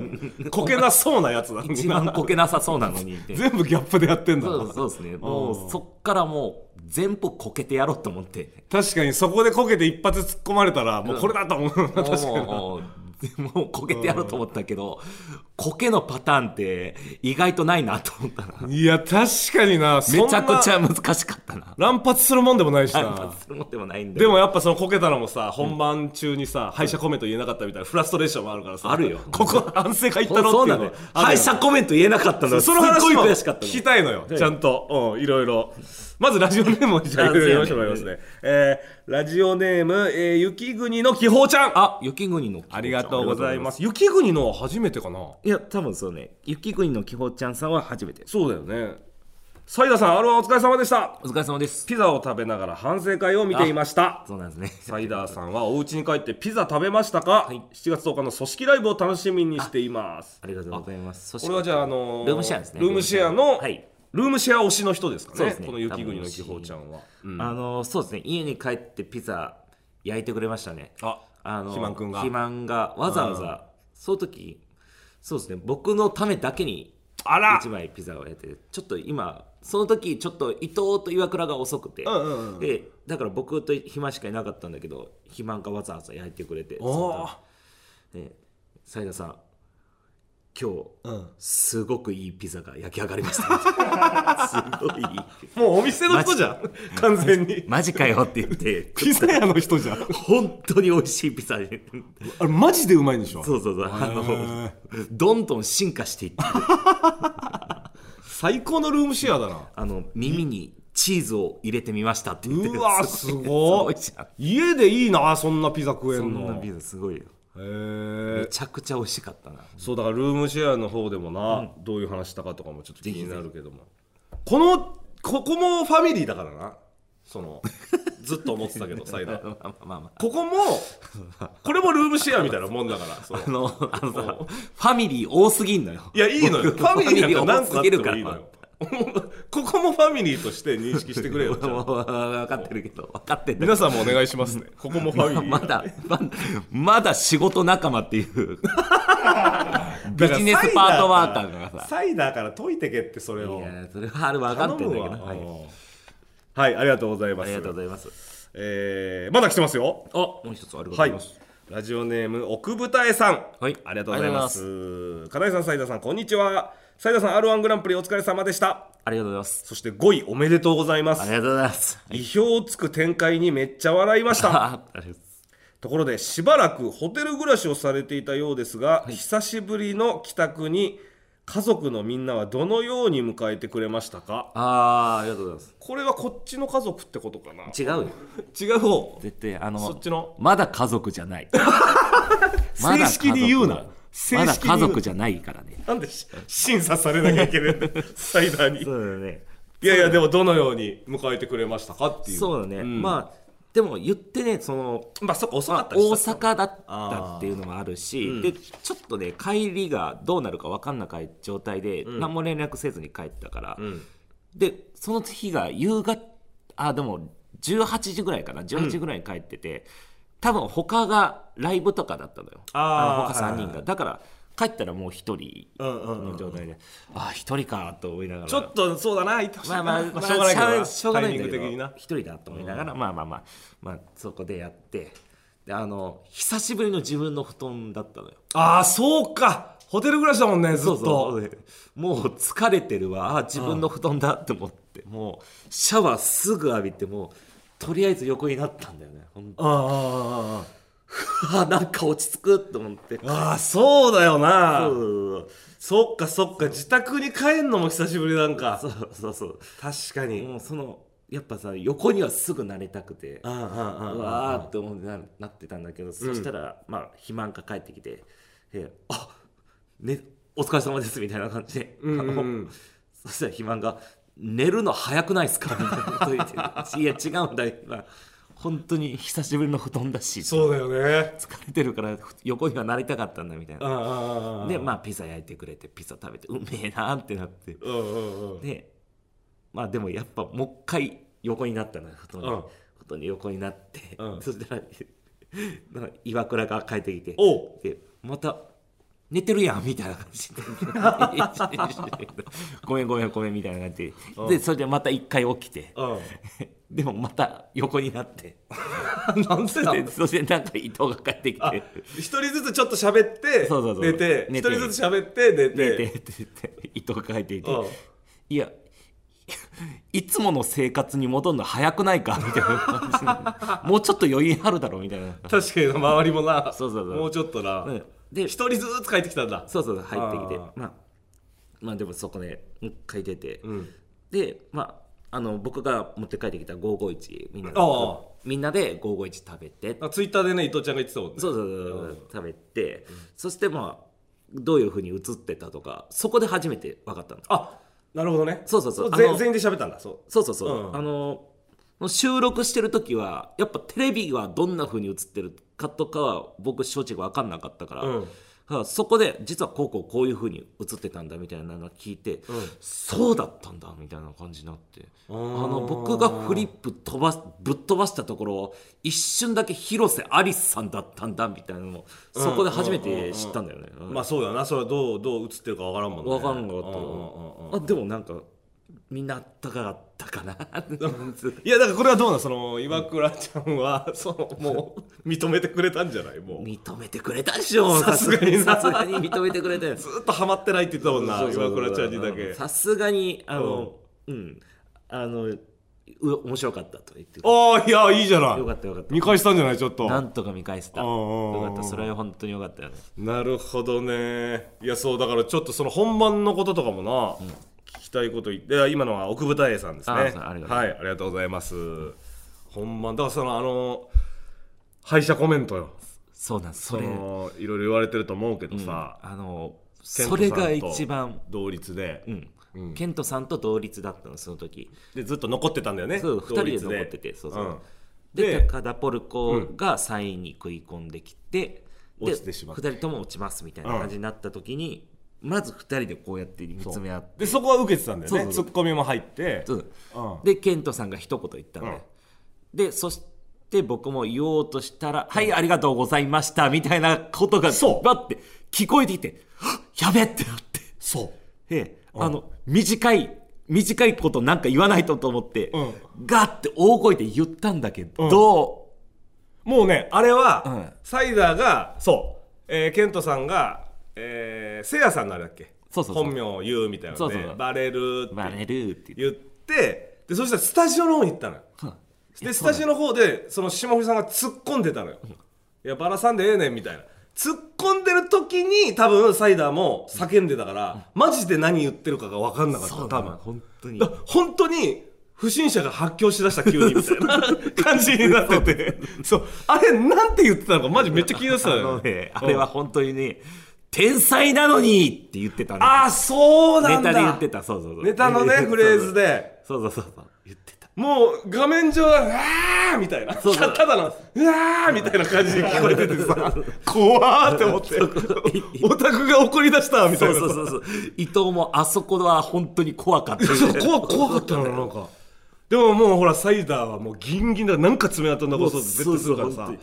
S1: う、こけなそう なやつだ。
S2: 一番こけなさそうなのにって
S1: 全部ギャップでやってんだ
S2: そうそうですねもうそっからもう全部こけてやろうと思って
S1: 確かにそこでこけて一発突っ込まれたらもうこれだと思う
S2: もう
S1: 確かに
S2: もうもうこけてやろうと思ったけどこけのパターンって意外とないなと思ったない
S1: や確かにな
S2: めちゃくち
S1: ゃ
S2: ゃ難しかったな
S1: 乱発するもんでもないし
S2: あん
S1: な
S2: まそれもでもないんだけ
S1: で
S2: ど
S1: もやっぱそのこけたのもさ本番中にさ敗者コメント言えなかったみたいなフラストレーションもあるからさ
S2: あるよ
S1: ここ反省会行ったろ
S2: そ
S1: っ
S2: う
S1: てい
S2: な
S1: う
S2: の
S1: ね
S2: よ
S1: あるよ
S2: 敗者コメント言えなかったのはす
S1: そ
S2: っ
S1: の話
S2: ごい
S1: も
S2: 悔しかった
S1: 聞
S2: の
S1: きたいのよ、
S2: はい
S1: ちゃんと、うん、いろいろ。まずラジオネームをじゃあい
S2: あ
S1: ろいろ読
S2: そう
S1: ま
S2: や
S1: い
S2: ね
S1: ますね。えー、ラジオネーム、えー、雪国の紀宝ちゃん。
S2: あ雪国の
S1: ありがとうございますす。雪国のは初めてかない
S2: や多分そうね雪国のきほちゃんさんは初めて
S1: そうだよね。サイダさん、R1 お疲れ様でした。
S2: お疲れ様です
S1: ピザを食べながら反省会を見ていました。
S2: そうなんですね
S1: サイダーさんはお家に帰ってピザ食べましたか、7月10日の組織ライブを楽しみにしています
S2: ありがとうございます。
S1: これはじゃあ、あの
S2: ルームシェアですね
S1: ルームシェアの、
S2: はい
S1: ルームシェア推しの人ですか
S2: そう
S1: ね
S2: ですね
S1: この雪国の紀宝ちゃんは、うん
S2: あのそうですね。家に帰ってピザ焼いてくれましたね。
S1: あ
S2: あの
S1: 肥満くんが
S2: 肥満がわざわざ、その時そうですね。僕のためだけに
S1: あら
S2: 一枚ピザを焼いてちょっと今その時ちょっと伊藤と岩倉が遅くて、
S1: んうんうん
S2: でだから僕と肥満しかいなかったんだけど肥満がわざわざ焼いてくれて。
S1: おー
S2: ね、サイダさん今日、
S1: ん
S2: すごくいいピザが焼き上がりました すごいいい
S1: もうお店の人じゃん完全に
S2: マジかよって言って
S1: ピザ屋の人じゃん
S2: 本当に美味しいピザで
S1: あれマジでうまいんでしょ
S2: そうそうそうあのどんどん進化していってる
S1: 最高のルームシェアだな
S2: あの耳にチーズを入れてみましたって言って
S1: うわす ごい
S2: すごい
S1: 家でいいなそんなピザ食え
S2: じゃん
S1: ん
S2: そんな
S1: の
S2: ビールすごいよ
S1: へ
S2: め
S1: え
S2: ちゃくちゃ美味しかったな
S1: そうだからルームシェアの方でもな、どういう話したかとかもちょっと気になるけどもこのここもファミリーだからなその ずっと思ってたけどサイダー
S2: まあまあまあま
S1: ここもこれもルームシェアみたいなもんだ からそう
S2: あのあのさファミリー多すぎんのよ
S1: いやいいのよフ
S2: 僕
S1: ァミリーなんか何個あっ
S2: ファ
S1: て
S2: ミリー多すぎるか
S1: も
S2: ら
S1: いいのよここもファミリーとして認識してくれよちゃんと
S2: もう分かってるけど分かってんだ け
S1: 皆さんもお願いしますねここもファミ
S2: ど
S1: リー
S2: まだままだ仕事仲間っていう
S1: だ
S2: ビ
S1: から
S2: ジネスパートワーカーがさ
S1: サイダーから解いてけってそれ
S2: い
S1: を
S2: やそれはある分かってんだけど、
S1: 頼むわ
S2: はい、
S1: はいありがとうございま
S2: あ
S1: す
S2: りがとうございます
S1: えーまだ来てますよ
S2: あもう一つありがとう
S1: は
S2: ござい
S1: い
S2: ます、
S1: ラジオネーム奥舞台さん
S2: はい
S1: ありがとうございます金井さん斉田さんこんにちは斉田さん R1 グランプリお疲れ様でした
S2: ありがとうございます
S1: そして5位おめでとうございま
S2: あ
S1: す
S2: りがとうございます
S1: 意表をつく展開にめっちゃ笑いまし た
S2: あありがとうございます
S1: ところでしばらくホテル暮らしをされていたようですが、久しぶりの帰宅に家族のみんなはどのように迎えてくれましたか
S2: あーありがとうございます
S1: これはこっちの家族ってことかな
S2: 違うよ
S1: 違う方
S2: 絶対あの
S1: そっちの
S2: まだ家族じゃ ないまだ家族
S1: 正式に言うな正
S2: まだ
S1: 式に言う
S2: 家族じゃないからね
S1: なんでし審査されなきゃいけないん だサイダーに
S2: そうだね
S1: いやいやでもどのように迎えてくれましたかっていう
S2: そうだね、
S1: ん
S2: まあでも言ってねその
S1: まあそっか遅か
S2: まあ
S1: ったり
S2: 大
S1: した
S2: 阪だったっていうのもあるしでちょっとね帰りがどうなるか分かんない状態で、何も連絡せずに帰ったから、
S1: ん
S2: でその日が夕方あでも18時ぐらいかな18時ぐらいに帰ってて、多分他がライブとかだったのよ
S1: あー
S2: の他3人
S1: はい
S2: が、だから帰ったらもう1人
S1: うんうんうん
S2: の状態で、ああ1人かと思いながら
S1: ちょっとそうだな、いてほしい
S2: ま
S1: な
S2: あまあ、
S1: まあしょうがないけどな、
S2: しょうがないんだ
S1: タイ
S2: け
S1: ミング的に
S2: ど
S1: な。
S2: 一人だと思いながら、まあまあまあ、まあ、そこでやって。で、あの、久しぶりの自分の布団だったのよ。
S1: ああ、そうか、ホテル暮らしだもんね、ずっと。
S2: そうそうもう疲れてるわ、あ、自分の布団だって思って、もうシャワーすぐ浴びて、もう。とりあえず横になったんだよね。ほんと
S1: あああ
S2: あ、なんか落ち着くと思って。
S1: ああああそうだよな
S2: そうそう
S1: そっかそっか自宅に帰んのも久しぶりなんか
S2: そうそうそう
S1: 確か
S2: そう。
S1: に
S2: もう、その、やっぱさ、横にはすぐ慣れたくて。
S1: あああ
S2: う
S1: あああ
S2: わーって思ってななってたんだけど、そしたらまあ肥満が帰ってきて「えあねお疲れ様です」みたいな感じで、
S1: うんうんうん
S2: あのそしたら肥満が「寝るの早くないですか?」み たいなこと言って「いや違うんだよ今本当に久しぶりの布団だし疲
S1: そうだよね
S2: れてるから横にはなりたかったんだ」みたい
S1: ああ
S2: な。
S1: ああああ
S2: でまあピザ焼いてくれてピザ食べてうめえなってなって
S1: うんうんうん
S2: でまあでもやっぱもう一回横になったのよ布団に、
S1: うん
S2: 布団に横になって、
S1: うん
S2: そしたらなんか岩倉が帰ってきて
S1: おう
S2: でまた寝てるやんみたいな感じでごめんごめんごめんみたいな感じででそれでまた一回起きて
S1: うん
S2: でもまた横になって
S1: なんでだ
S2: でそしてなんか伊藤が帰ってき
S1: あ
S2: て
S1: 一人ずつちょっと喋って
S2: そうそうそう
S1: 寝て一
S2: 寝
S1: 人
S2: て
S1: ずつ喋って寝て
S2: 寝てって言って伊藤が帰ってきて
S1: うん
S2: いや、いつもの生活に戻るの早くないかみたいな感じでもうちょっと余韻あるだろうみたいな。
S1: 確かに周りもな
S2: そうそうそう
S1: もうちょっとな
S2: うんで、
S1: 一人ずつ帰ってきたんだ
S2: そうそうそう、入ってきて
S1: あ、
S2: まあ、まあでもそこで、もう一回出て、
S1: ん
S2: で、まあ、あの僕が持って帰ってきた551みんなで
S1: ああ
S2: みんなで551食べて
S1: あツイッターでね伊藤ちゃんが言ってたもんね
S2: そうそうそうそう食べて、そしてまあどういうふうに映ってたとかそこで初めて分かったの
S1: あなるほどね
S2: そうそうそう
S1: ぜ
S2: あの
S1: 全員で喋ったんだそう
S2: そうそうそう、
S1: うん
S2: あの収録してる時はやっぱテレビはどんな風に映ってるかとかは僕正直分かんなかったから、
S1: うん
S2: はそこで実はこうこうこういう風に映ってたんだみたいなのを聞いて、そうだったんだみたいな感じになってあの僕がフリップ飛ばすぶっ飛ばしたところ一瞬だけ広瀬アリスさんだったんだみたいなのをそこで初めて知ったんだよね。うん
S1: まあそうだなそれはどうどう映ってるかわからんもんね
S2: 分かんなかっ
S1: うんうんうんうん
S2: たあでもなんかみんなあったかかったかな
S1: いやだからこれはどうなんその岩倉ちゃんはそのも う認めてくれたんじゃないもう
S2: 認めてくれたでしょ
S1: さすがにな
S2: さすがに認めてくれたよ
S1: ずっとハマってないって言ってたもんな
S2: そうそう
S1: 岩
S2: そう
S1: 倉ちゃんにだけ
S2: さすがにあのうん、あのう面白かったと言ってよ
S1: ああいやいいじゃない
S2: かったよかった
S1: 見返したんじゃないちょっと
S2: なんとか見返せた
S1: うんうんうん
S2: よかったそれは本当によかったよね
S1: なるほどねいやそうだからちょっとその本番のこととかもな、聞きたいこと言ってあ今のは奥二重さんですね
S2: あそうありがとうございます
S1: はいありがとうございますほんまだからそのあの敗者コメントよ
S2: そうなんです
S1: そ
S2: それ
S1: のいろいろ言われてると思うけどさ、
S2: あの
S1: ケントさ
S2: そ
S1: ん
S2: れ
S1: と
S2: が一番、
S1: 同率で、
S2: うん
S1: うん
S2: ケントさんと同率だったのその時
S1: でずっと残ってたんだよね
S2: そう
S1: 同
S2: 2
S1: 率
S2: 人で残っててそうそう、
S1: ん
S2: で
S1: で
S2: 高田ポルコが3位に食い込んできて、で
S1: 落ちてしまった
S2: 2人とも落ちますみたいな感じになった時に、まず2人でこうやって見つめ合って
S1: でそこは受けてたんだよね
S2: そうそう
S1: ツッコミも入って
S2: そう
S1: うん
S2: でケントさんが一言言ったのね、でそして僕も言おうとしたら「はいありがとうございました」みたいなことが
S1: そう
S2: バッて聞こえてきて「はっやべ!」ってなって
S1: そう
S2: であの短い短いことなんか言わないとと思って、
S1: う
S2: ガッて大声で言ったんだけど、
S1: ん
S2: ど
S1: もうねあれは、
S2: うん
S1: サイダーがそう、えー、ケントさんが、えー、せいやさんのあれだっけ
S2: そうそうそう
S1: 本名を言うみたいな
S2: そ
S1: の
S2: う
S1: で
S2: そうそう
S1: バレる
S2: う
S1: っ
S2: バ
S1: て
S2: レるって言って
S1: 言ってでそしたらスタジオの方に行ったのよでスタジオの方でその霜降りさんが突っ込んでたのよ、いやバラさんでええねんみたいな突っ込んでる時に多分サイダーも叫んでたから、マジで何言ってるかが分かんなかった
S2: そ
S1: 多
S2: う
S1: 分
S2: なの本当に
S1: だから本当に不審者が発狂しだした急にみたい な感じになっててそうあれなんて言ってたのかマジめっちゃ気になってた
S2: あ
S1: の
S2: の
S1: よ
S2: ねあれは本当にね「天才なのに!」って言ってたね
S1: ああそうな
S2: ネ
S1: んだ
S2: タで言ってたそう そうそ う
S1: ネタのねフレーズで
S2: そうそうそうそう言ってた
S1: もう画面上は「うわー」みたいな
S2: そうそう
S1: ただの「うわー」みたいな感じで聞こえてて さ怖ーって思ってオタクが怒り出したみたい
S2: そう
S1: な
S2: そうそうそう伊藤もあそこは本当に怖かったよね
S1: そう怖怖かったのなんかでももうほらサイダーはもうギンギンだなんか爪痕残そうと絶対するから
S2: そうそ
S1: さ
S2: う本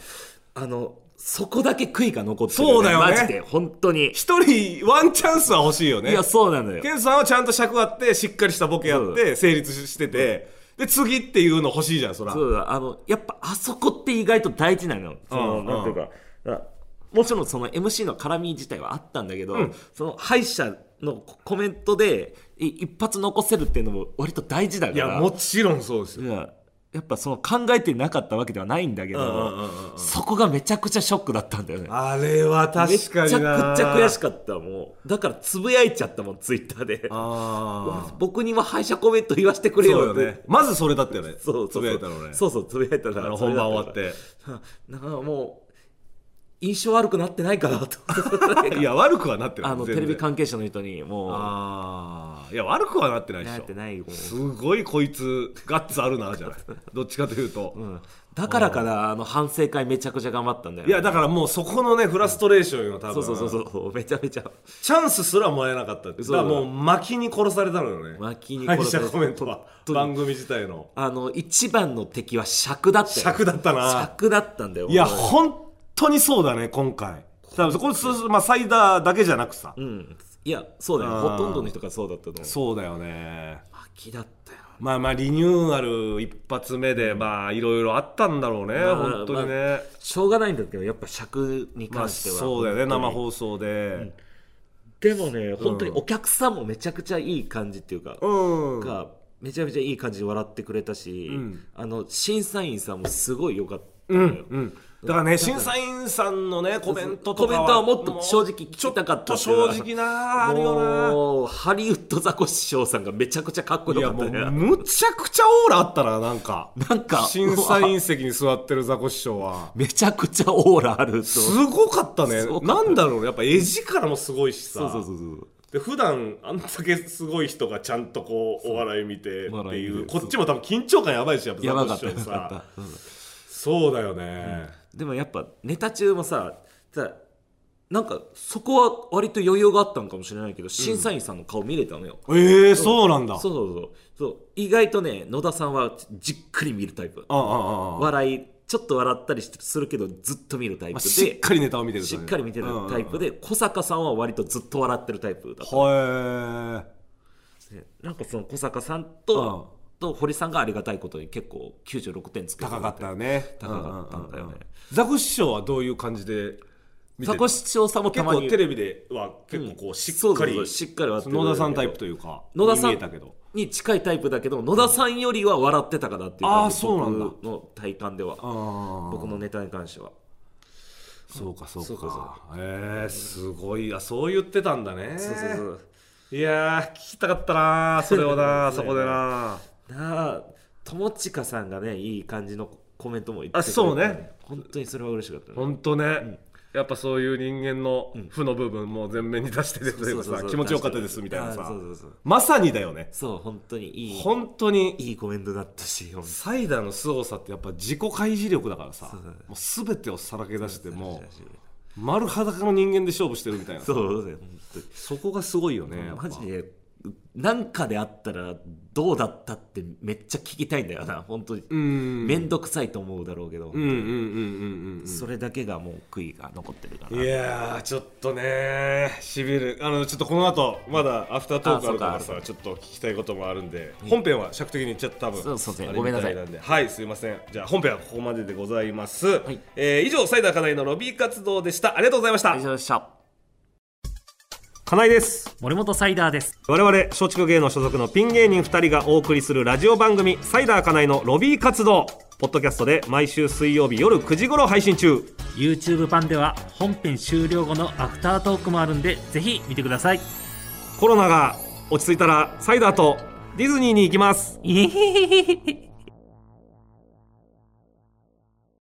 S2: 当にあのそこだけ悔いが残ってる、ね、
S1: そうだよね
S2: マジで本当に
S1: 一人ワンチャンスは欲しいよね
S2: いやそうなのよ
S1: ケンさんはちゃんと尺あってしっかりしたボケやって成立しててで次っていうの欲しいじゃんそら
S2: そうだあのやっぱあそこって意外と大事なのその、
S1: うん
S2: なんていうかだからもちろんその MC の絡み自体はあったんだけど、その敗者のココメントでい一発残せるっていうのも割と大事だから
S1: いやもちろんそうですよ
S2: いややっぱその考えてなかったわけではないんだけど、
S1: うんうんうんうん
S2: そこがめちゃくちゃショックだったんだよね
S1: あれは
S2: めち
S1: 確か
S2: ゃくち
S1: に
S2: ゃ
S1: な
S2: 悔し
S1: く
S2: かったもうだからつぶやいちゃったもんツイッターで
S1: ああ
S2: 僕にも敗者コメント言わせてくれ
S1: そう
S2: よ
S1: よ
S2: って
S1: ねまずそれだったよね
S2: そうそう
S1: つぶやいたのね
S2: そうそうつぶやいた
S1: あ
S2: ら
S1: の本番終わっ
S2: それだ
S1: て
S2: から なんかもう印象悪くなってないかな と
S1: いや悪くはなってない
S2: あの
S1: 全然
S2: テレビ関係者の人にも
S1: ああいや悪くはなってないうで
S2: な
S1: し
S2: って
S1: ょ
S2: ないもう
S1: すごいこいつガッツあるなじ ゃないどっちかというと、
S2: うんだからかなあの反省会めちゃくちゃ頑張ったんだよ
S1: い
S2: ね
S1: やだからもうそこのねフラストレーションよ多分
S2: そうそうそうそうめちゃめちゃ
S1: チャンスすらもらえなかったってだ
S2: そ
S1: か
S2: う
S1: らもう巻きに殺されたのよね
S2: 巻きに
S1: 敗
S2: 殺さ
S1: 者
S2: れた
S1: コメントは
S2: 当に
S1: 番組自体の
S2: あの一番の敵は尺だったよ
S1: 尺だったな
S2: 尺だったんだよ
S1: いや
S2: 本
S1: 本当にそうだね今回多分これ、まあ、サイダーだけじゃなくさ、
S2: 当にうんいやそうだよ
S1: あー
S2: ほとんどの人がそうだったと思う
S1: そうだよね
S2: 巻きだったよ
S1: まあまあリニューアル一発目でまあいろいろあったんだろうね、
S2: あ
S1: 本当にね、
S2: しょうがないんだけどやっぱ尺に
S1: まあ
S2: 関しては、
S1: そうだよね生
S2: 送
S1: 放送で
S2: でもね本当にお客さんもめちゃくちゃいい感じっていうか、
S1: うん、
S2: がめちゃめちゃいい感じで笑ってくれたし、
S1: ん
S2: あの審査員さんもすごい良かった
S1: う
S2: のよ、
S1: んうんだからね審査員さんのねコメントとか
S2: コメントはもっと正直聞きたかったって
S1: ち
S2: い
S1: ょ
S2: う
S1: っと正直なあるよ
S2: もうハリウッドザコシショウさんがめちゃくちゃかっこ
S1: ないや
S2: よか
S1: も
S2: ったね
S1: うむちゃくちゃオーラあったななんか
S2: なんか
S1: 審査員席に座ってるザコシショウは
S2: めちゃくちゃオーラあると
S1: すごかったね
S2: すごかった
S1: なんだろうやっぱ絵力もすごいしさ
S2: うそう
S1: で普段あんだけすごい人がちゃんとこうお笑い見てって
S2: お笑い
S1: い
S2: 見
S1: う
S2: て
S1: こっちも多分緊張感やばいしやっぱ
S2: やばか
S1: ザ
S2: った
S1: コ
S2: や
S1: シショウ
S2: ば
S1: さ
S2: かった、うん
S1: そうだよね、
S2: でもやっぱネタ中もさただなんかそこは割と余裕があったのかもしれないけど審査員さんの顔見れたのよ、
S1: ええー、そうなんだ
S2: そうそうそうそう意外とね野田さんはじっくり見るタイプ
S1: ああああああ
S2: 笑いちょっと笑ったりするけどずっと見るタイプ
S1: まあ
S2: で
S1: しっかりネタを見てる
S2: しっかり見てるタイプ
S1: で
S2: で小坂さんは割とずっと笑ってるタイプだった
S1: は
S2: ねなんかその小坂さ
S1: う
S2: ん
S1: ん
S2: と,、と堀さんがありがたいことに結構96点つ
S1: い
S2: けて
S1: 高かったよね
S2: 高かったんだよね
S1: ううううザコシショウはどういう感じで見て
S2: ザ
S1: る
S2: コシショウさんもた
S1: 結
S2: ま
S1: 構
S2: に
S1: テレビでは結構こうしっかり、
S2: そうそうそうしっかり笑ってる
S1: 野田さんタイプというか
S2: 野田さん
S1: に見えたけど
S2: に近いタイプだけど野田さんよりは笑ってたかなっていう
S1: あー
S2: 感じ
S1: そうなんだ
S2: 僕の体感では
S1: あ
S2: 僕のネタに関しては
S1: そうかそうか
S2: そうかそうか
S1: えー、すごいあそう言ってたんだね
S2: そうそうそう
S1: いいやー聞きたかったなーそれをなーそ
S2: そうやね
S1: こでな
S2: なあ友近さんがねいい感じのコメントも言って
S1: あそうね
S2: 本当にそれは嬉しかったね
S1: 本当ね、やっぱそういう人間の負の部分も全面に出してるというか
S2: そうそう
S1: さ
S2: そう
S1: 気持ちよかったですみたいな
S2: あ
S1: さ
S2: そうそうそう
S1: まさにだよね
S2: そう本当にいい
S1: 本当に
S2: いいコメントだったし本当に
S1: サイダーの凄さってやっぱ自己開示力だからさ
S2: そうだね
S1: もう全てをさらけ出してもう丸裸の人間で勝負してるみたいなそ
S2: そうだね本当に
S1: こがすごいよねやっぱ
S2: マジでなんかであったらどうだったってめっちゃ聞きたいんだよな本当に
S1: うん
S2: 面倒くさいと思うだろうけど、
S1: うんうんうんうんうん
S2: それだけがもう悔いが残ってるから
S1: いやーちょっとねしびるあのちょっとこの後まだアフタートークあるから
S2: あそ
S1: さちょっと聞きたいこともあるんで本編は尺的に言っちゃった多分
S2: そうそうそう
S1: あれ
S2: ごめんなさい
S1: みたんではいすいませんじゃあ本編はここまででございます、
S2: い
S1: えー以上サイダー課題のロビー活動でしたありがとうございました
S2: 以上でした
S1: 課題です
S2: 森本サイダーです
S1: 我々松竹芸能所属のピン芸人2人がお送りするラジオ番組「サイダーかなのロビー活動」ポッドキャストで毎週水曜日夜9時頃配信中
S3: YouTube 版では本編終了後のアフタートークもあるんでぜひ見てください
S1: コロナが落ち着いたらサイダーとディズニーに行きます
S3: えへへへへ